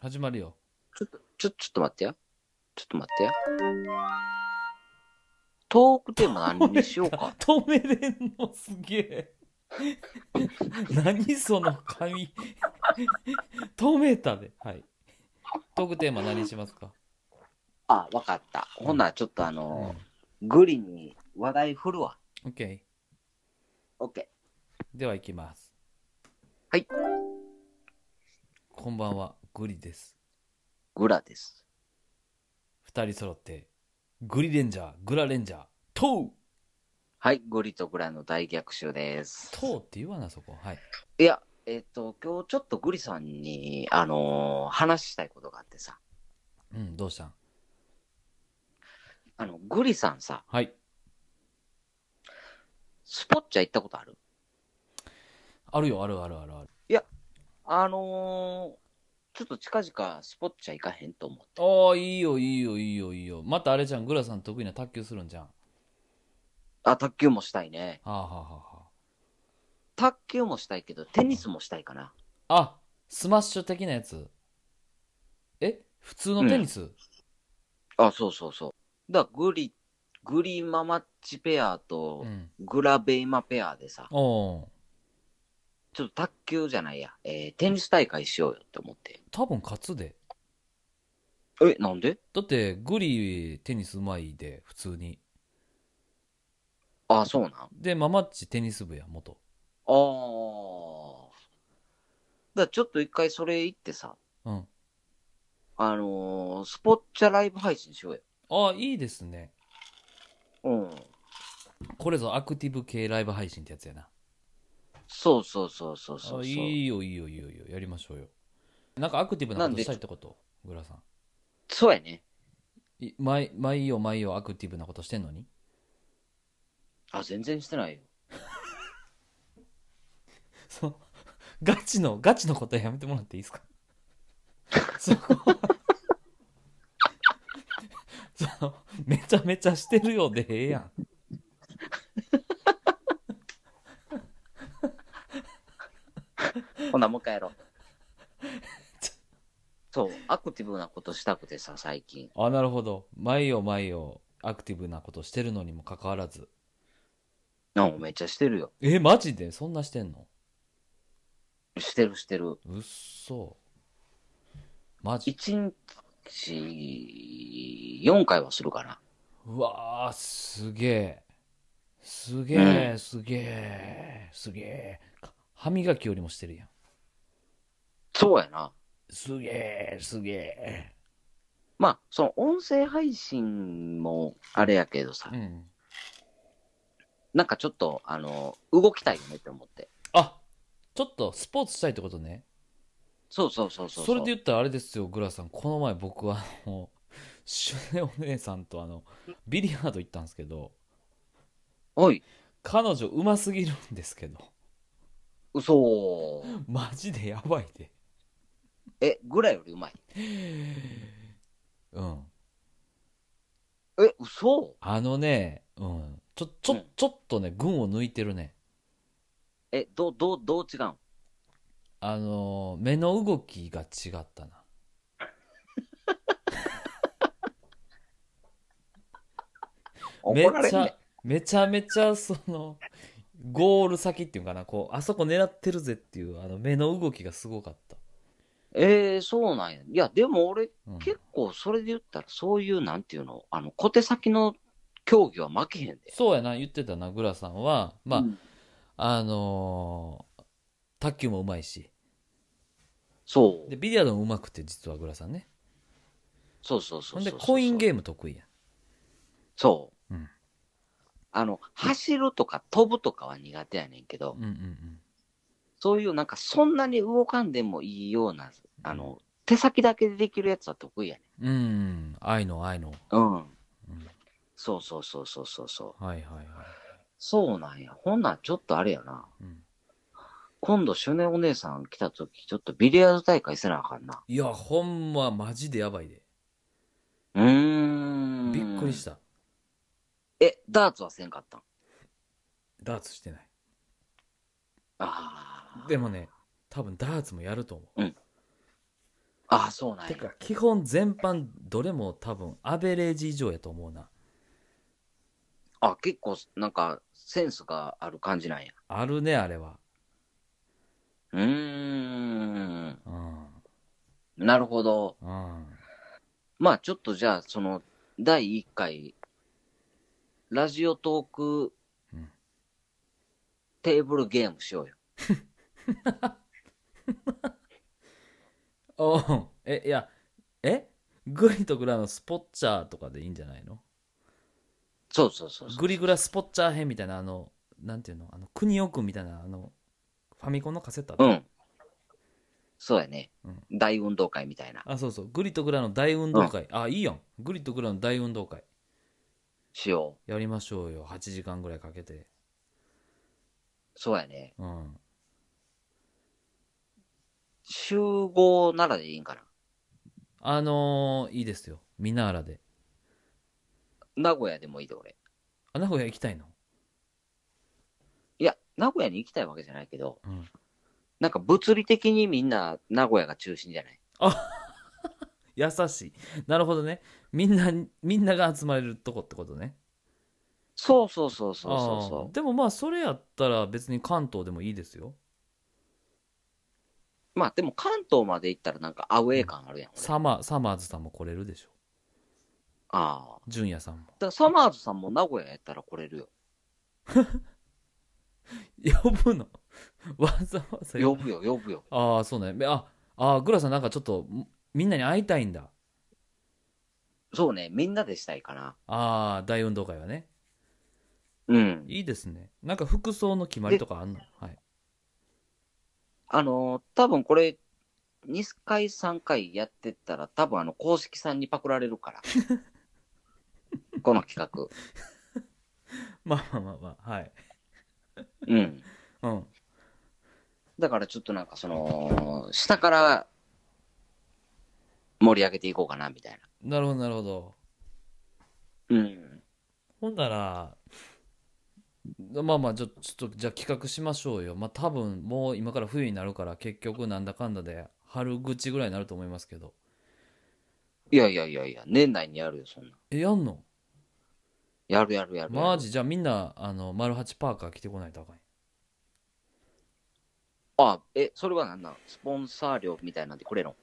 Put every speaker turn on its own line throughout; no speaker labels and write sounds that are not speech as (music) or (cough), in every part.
始まるよ。
ちょっと、ちょ、ちょっと待ってや。ちょっと待ってや。トークテーマ何にしようか。
(laughs) 止めれんのすげえ。何その紙。止めたで。はい。トークテーマ何しますか
あ、わかった。ほな、ちょっとあのグリに話題振るわ。
?OK。
オッケ
では行きます。
はい。
こんばんは、グリです。
ー。グラです。
二人揃って、グリレンジャー、グラレンジャー、ト
はい、グリとグラの大逆襲です
ウ。トウって言わな、そこ。はい。
いや、えっ、と、今日ちょっとグリさんに、あのー話したいことがあってさ。
うん、どうしたん
あの、グリさんさ、
はい。
スポッチャ行ったことある
あるよ、あるあるあるある。
あのーちょっと近々スポッチャ行かへんと思って。
ああ、いいよ、いいよ、いいよ、いいよ。またあれじゃん、グラさん得意な卓球するんじゃん。は
あ、卓球もしたいね。
あ、はあは
卓球もしたいけど、テニスもしたいかな。
あはあ、あ、スマッシュ的なやつえ普通のテニス、
あ、そうそうそう。だからグリ、グリママッチペア
う
と
ん、
グラベイマペアでさ、
おお
ちょっと卓球じゃないや、えーテニス大会しようよって思って。
多分勝つで。
え、なんで
だって、グリテニスうまいで、普通に。
あ、そうなんあ
で、ママッチテニス部や、元。
あー。だからちょっと一回それ行ってさ、
うん。
あのースポッチャライブ配信しようよ。
ああ、いいですね。
うん。
これぞアクティブ系ライブ配信ってやつやな。
そうそうそうそうそうそう。
あいいよいいよいいよいいよやりましょうよなんかアクティブなことしたいってことグラさん
そうやね。
い毎毎夜毎夜アクティブなことしてんのに
あ、全然してないよ。
そうガチのガチのことやめてもらっていいですか (laughs) そこ (laughs) そのめちゃめちゃしてるようでええやん
ほな、もう一回
(laughs)
やろう。そう、アクティブなことしたくてさ、最近。
あなるほど毎夜毎夜アクティブなことしてるのにもかかわらず
うん、めっちゃしてるよ。
えマジでそんなしてんの
してるしてる。
うっそマジ
一日、4回はするかな。
うわー、すげえ。すげえ、
う
すげえ、すげえ。か歯磨きよりもしてるやん。
そうやな。
すげえ、すげえ。
まあ、その音声配信もあれやけどさ
う、ん。
なんかちょっと、あの、動きたいよねって思って。
あ、ちょっとスポーツしたいってことね。
そうそうそうそう。
それで言ったらあれですよ、グラさん。この前僕は、あの、シュネお姉さんとあの、ビリヤード行ったんですけど、
おい、
彼女うますぎるんですけど、
嘘
マジでやばいで。
え、ぐらいよりうまい。
うん。
え、嘘
あのね、うん。ちょ、ちょ、
うん
ちょっとね、群を抜いてるね。
え、どう、どう、どう違うん
あのー目の動きが違ったな。め
怒られん
ち
ね
ゃ、めちゃめちゃ、その、ゴール先っていうかな、こう、あそこ狙ってるぜっていう、あの、目の動きがすごかった。
えー、そうなんや。いや、でも俺、
うん、
結構それで言ったら、そういう、なんていうの、あの、小手先の競技は負けへんで。
そうやな、言ってたな、グラさんは、まあ、
うん
あのー卓球もうまいし、
そう
で、。ビリヤードもうまくて、実はグラさんね。
そうそうそ
ほ
うそうんそ
で、
う。
コインゲーム得意やん。
そう。
うん
あの、走るとか飛ぶとかは苦手やねんけど、
うんうんうん。
そういうなんかそんなに動かんでもいいような、あの、手先だけでできるやつは得意やね
うん、愛の愛の。
ん。うん。
うん
そうそうそうそうそうそう。
はいはいはい。
そうなんや。ほんなんちょっとあれやな。
うん
今度、シュネお姉さん来た時、ちょっとビリヤード大会せなあかんな。
いや、ほんま、マジでやばいで。
うーん。
びっくりした。
え、ダーツはせんかったん
ダーツしてない。
ああ。
でもね、多分ダーツもやると思う。
うんああ、そうなん
て
や。
か、基本全般、どれも多分、アベレージ以上やと思うな。
あ、結構、なんか、センスがある感じなんや。
あるね、あれは。
うーん。
うん。
なるほど。
うん。
まあ、ちょっとじゃあ、その、第1回、ラジオトーク
うん、
テーブルゲームしようよ。
おうえ、いや、えグリとグラのスポッチャーとかでいいんじゃないの
そうそうそうそう。
グリグラスポッチャー編みたいな、あの、なんていうのあの、国尾くんみたいな、あの、ファミコンのカセットあった
うん。そうやね。
うん
大運動会みたいな。
あ、そうそう。グリとグラの大運動会。あ、いいやん。グリとグラの大運動会。
しよう。
やりましょうよ。8時間ぐらいかけて。
そうやね。
うん。
集合ならでいいんかな。
あのー、いいですよ。みなあらで。
名古屋でもいいで、俺。
あ、名古屋行きたいの
いや、名古屋に行きたいわけじゃないけど、
うん。
なんか物理的にみんな名古屋が中心じゃない
優しい。なるほどね。みんな、みんなが集まれるとこってことね。
そうそうそうそうそう
あー
そ
でもまあ、それやったら別に関東でもいいですよ。
う。まあでも関東まで行ったらなんかアウェー感あるやん。俺
サマー、サマーズさんも来れるでしょ。
ああ。
純也さんも。
だからサマーズさんも名古屋やったら来れるよ。
呼ぶの (laughs) わざわざ
呼ぶよ、呼ぶよ。
ああ、そうね。あ、あーグラさんなんかちょっと、みんなに会いたいんだ。
そうね、みんなでしたいかな。
ああ、大運動会はね。
うん。
いいですね。なんか服装の決まりとかあんのはい。
あのー多分これ、2回、3回やってったら、多分あの、公式さんにパクられる (laughs) から。この企画。
まあまあまあまあ、はい。
うん。
うん。
だからちょっとなんかその、下から盛り上げていこうかな、みたい
なるほど、なるほど。
な。うん。
ほんなら、まあまあ、ちょちょっと、じゃあ企画しましょうよ。まあ多分、もう今から冬になるから、結局なんだかんだで、春口ぐらいになると思いますけど。
いやいやいやいや、年内にやるよ、そんな。
え、やんの
やるやるやるやる。
マジじゃあみんな、あの、丸八パーカー着てこないとあかんよ。
あ、え、それは何なのスポンサー料みたいなんでくれるの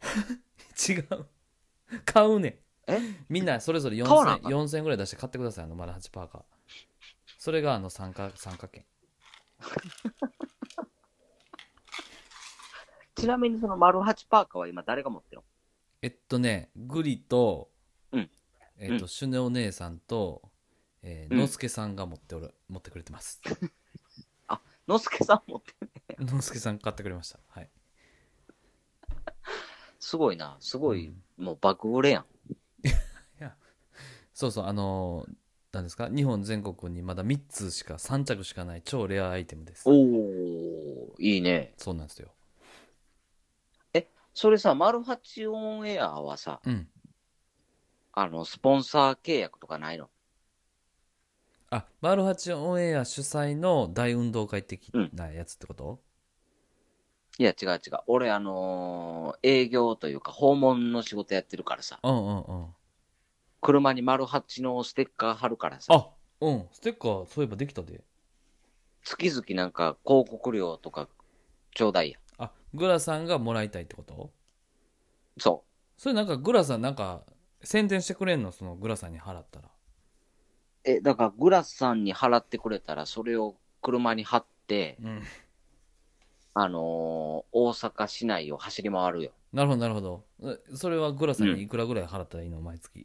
(laughs)
違う。買うねん。
え
みんなそれぞれ
買わなあ
4000
かん
4000円ぐらい出して買ってください、あの、丸八パーカー。それが、あの、参加、参加券。
ちなみにその丸八パーカーは今誰が持ってる
えっとね、グリと、
うん
えっと、
う
シュネお姉さんと、えー、
うん
のすけさんが持っておる、持ってくれて
(laughs)
ます。
ののすけさん持ってる。
のすけさん買ってくれました。はい。
すごいな、すごい、
うん
もう爆売れやん。
そうそう、あのー、なんですか日本全国にまだ3つしか3着しかない超レアアイテムです
おおいいね。
そうなんですよ
それさ、丸八オンエアはさ、
うん
あの、スポンサー契約とかないの
あマルハチオンエア主催の大運動会的なやつってこと、
いや、違う違う。俺、あのー営業というか、訪問の仕事やってるからさ、
うん、うんうん
車に丸八のステッカー貼るからさ、
あうんステッカーそういえばできたで
月々なんか広告料とかちょうだいや。
あグラさんがもらいたいってこと
そ
それなんかグラさんなんか宣伝してくれんのそのグラさんに払ったら
う。え、だから、グラスさんに払ってくれたら、それを車に貼って、
うん
あのー大阪市内を走り回るよ。
なるほどなるほどえそれはグラさん
うん
にいくらぐらい払ったらいいの毎月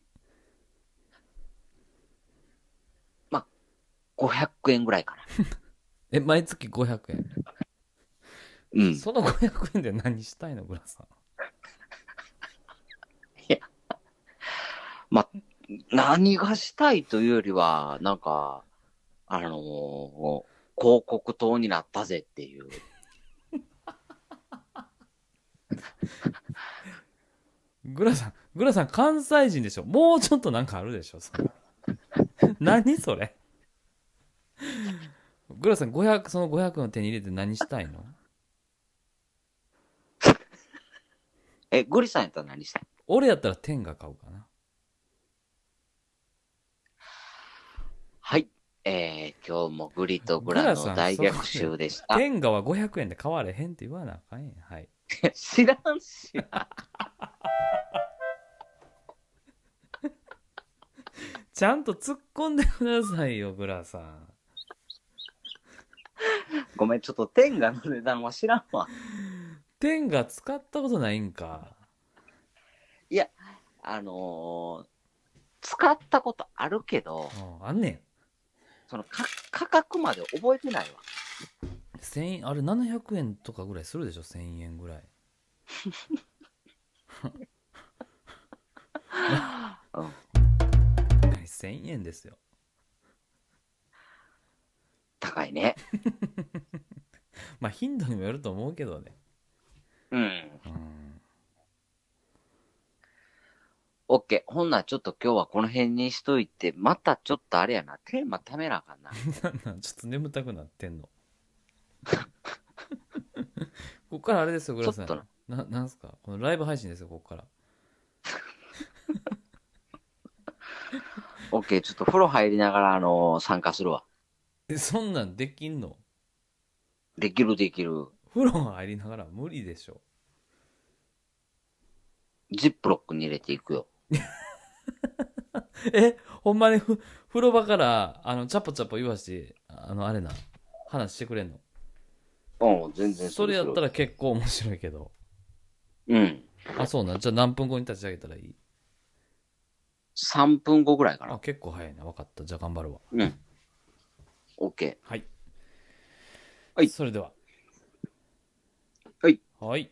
500円ぐらいかな。
え毎月500円、
うん。
その500円で何したいのグラさん
何がしたいというよりは、なんか、あのー広告塔になったぜっていう。
グラさん、グラさん関西人でしょもうちょっとなんかあるでしょその (laughs) 何それグラさん500、その500の手に入れて何したいの
え、グリさんやったら何したい
俺やったら天が買うかな。
はい。えー、今日もグリとグラの大逆襲でした。
天がは500円で買われへんって言わなあかんやん。はい。
(laughs) 知らんし。
ちゃんと突っ込んでくださいよ、グラさん。
ごめん、ちょっと天下の値段は知らんわ。
天が使ったことないんか。
あのー使ったことあるけど、
うん、あんねん。
そのか価格まで覚えてないわ。
千円あれ700円とかぐらいするでしょ1000円ぐらい (laughs)
うん
1000円ですよ
高いね。
まあ頻度にもよると思うけどね
うん。
うん
オッケー。ほんならちょっと今日はこの辺にしといて、またちょっとあれやな、テーマためなあかん (laughs) な。
なんなんちょっと眠たくなってん
(laughs)
のこっからあれですよグラさん
ちょっと
ななんすかこのライブ配信ですよこっから
オッケー、ちょっと風呂入りながら、あのー参加するわ。
えそんなんできんの
できるできる。
風呂入りながら無理でしょ
ジップロックに入れていくよ。
えほんまにふ風呂場からあのチャポチャポ言わしてあのあれな話してくれんの
うん、全然
それやった
ら。
ら結構面白いけど
うん。
あ、そうなん。じゃあ何分後に立ち上げたらいい
3分後ぐらいか
あ、
な。
結構早いな。分かった。じゃあ頑張るわ。
うん。オッケ
はい。
はい
それでは。
はい。
はい。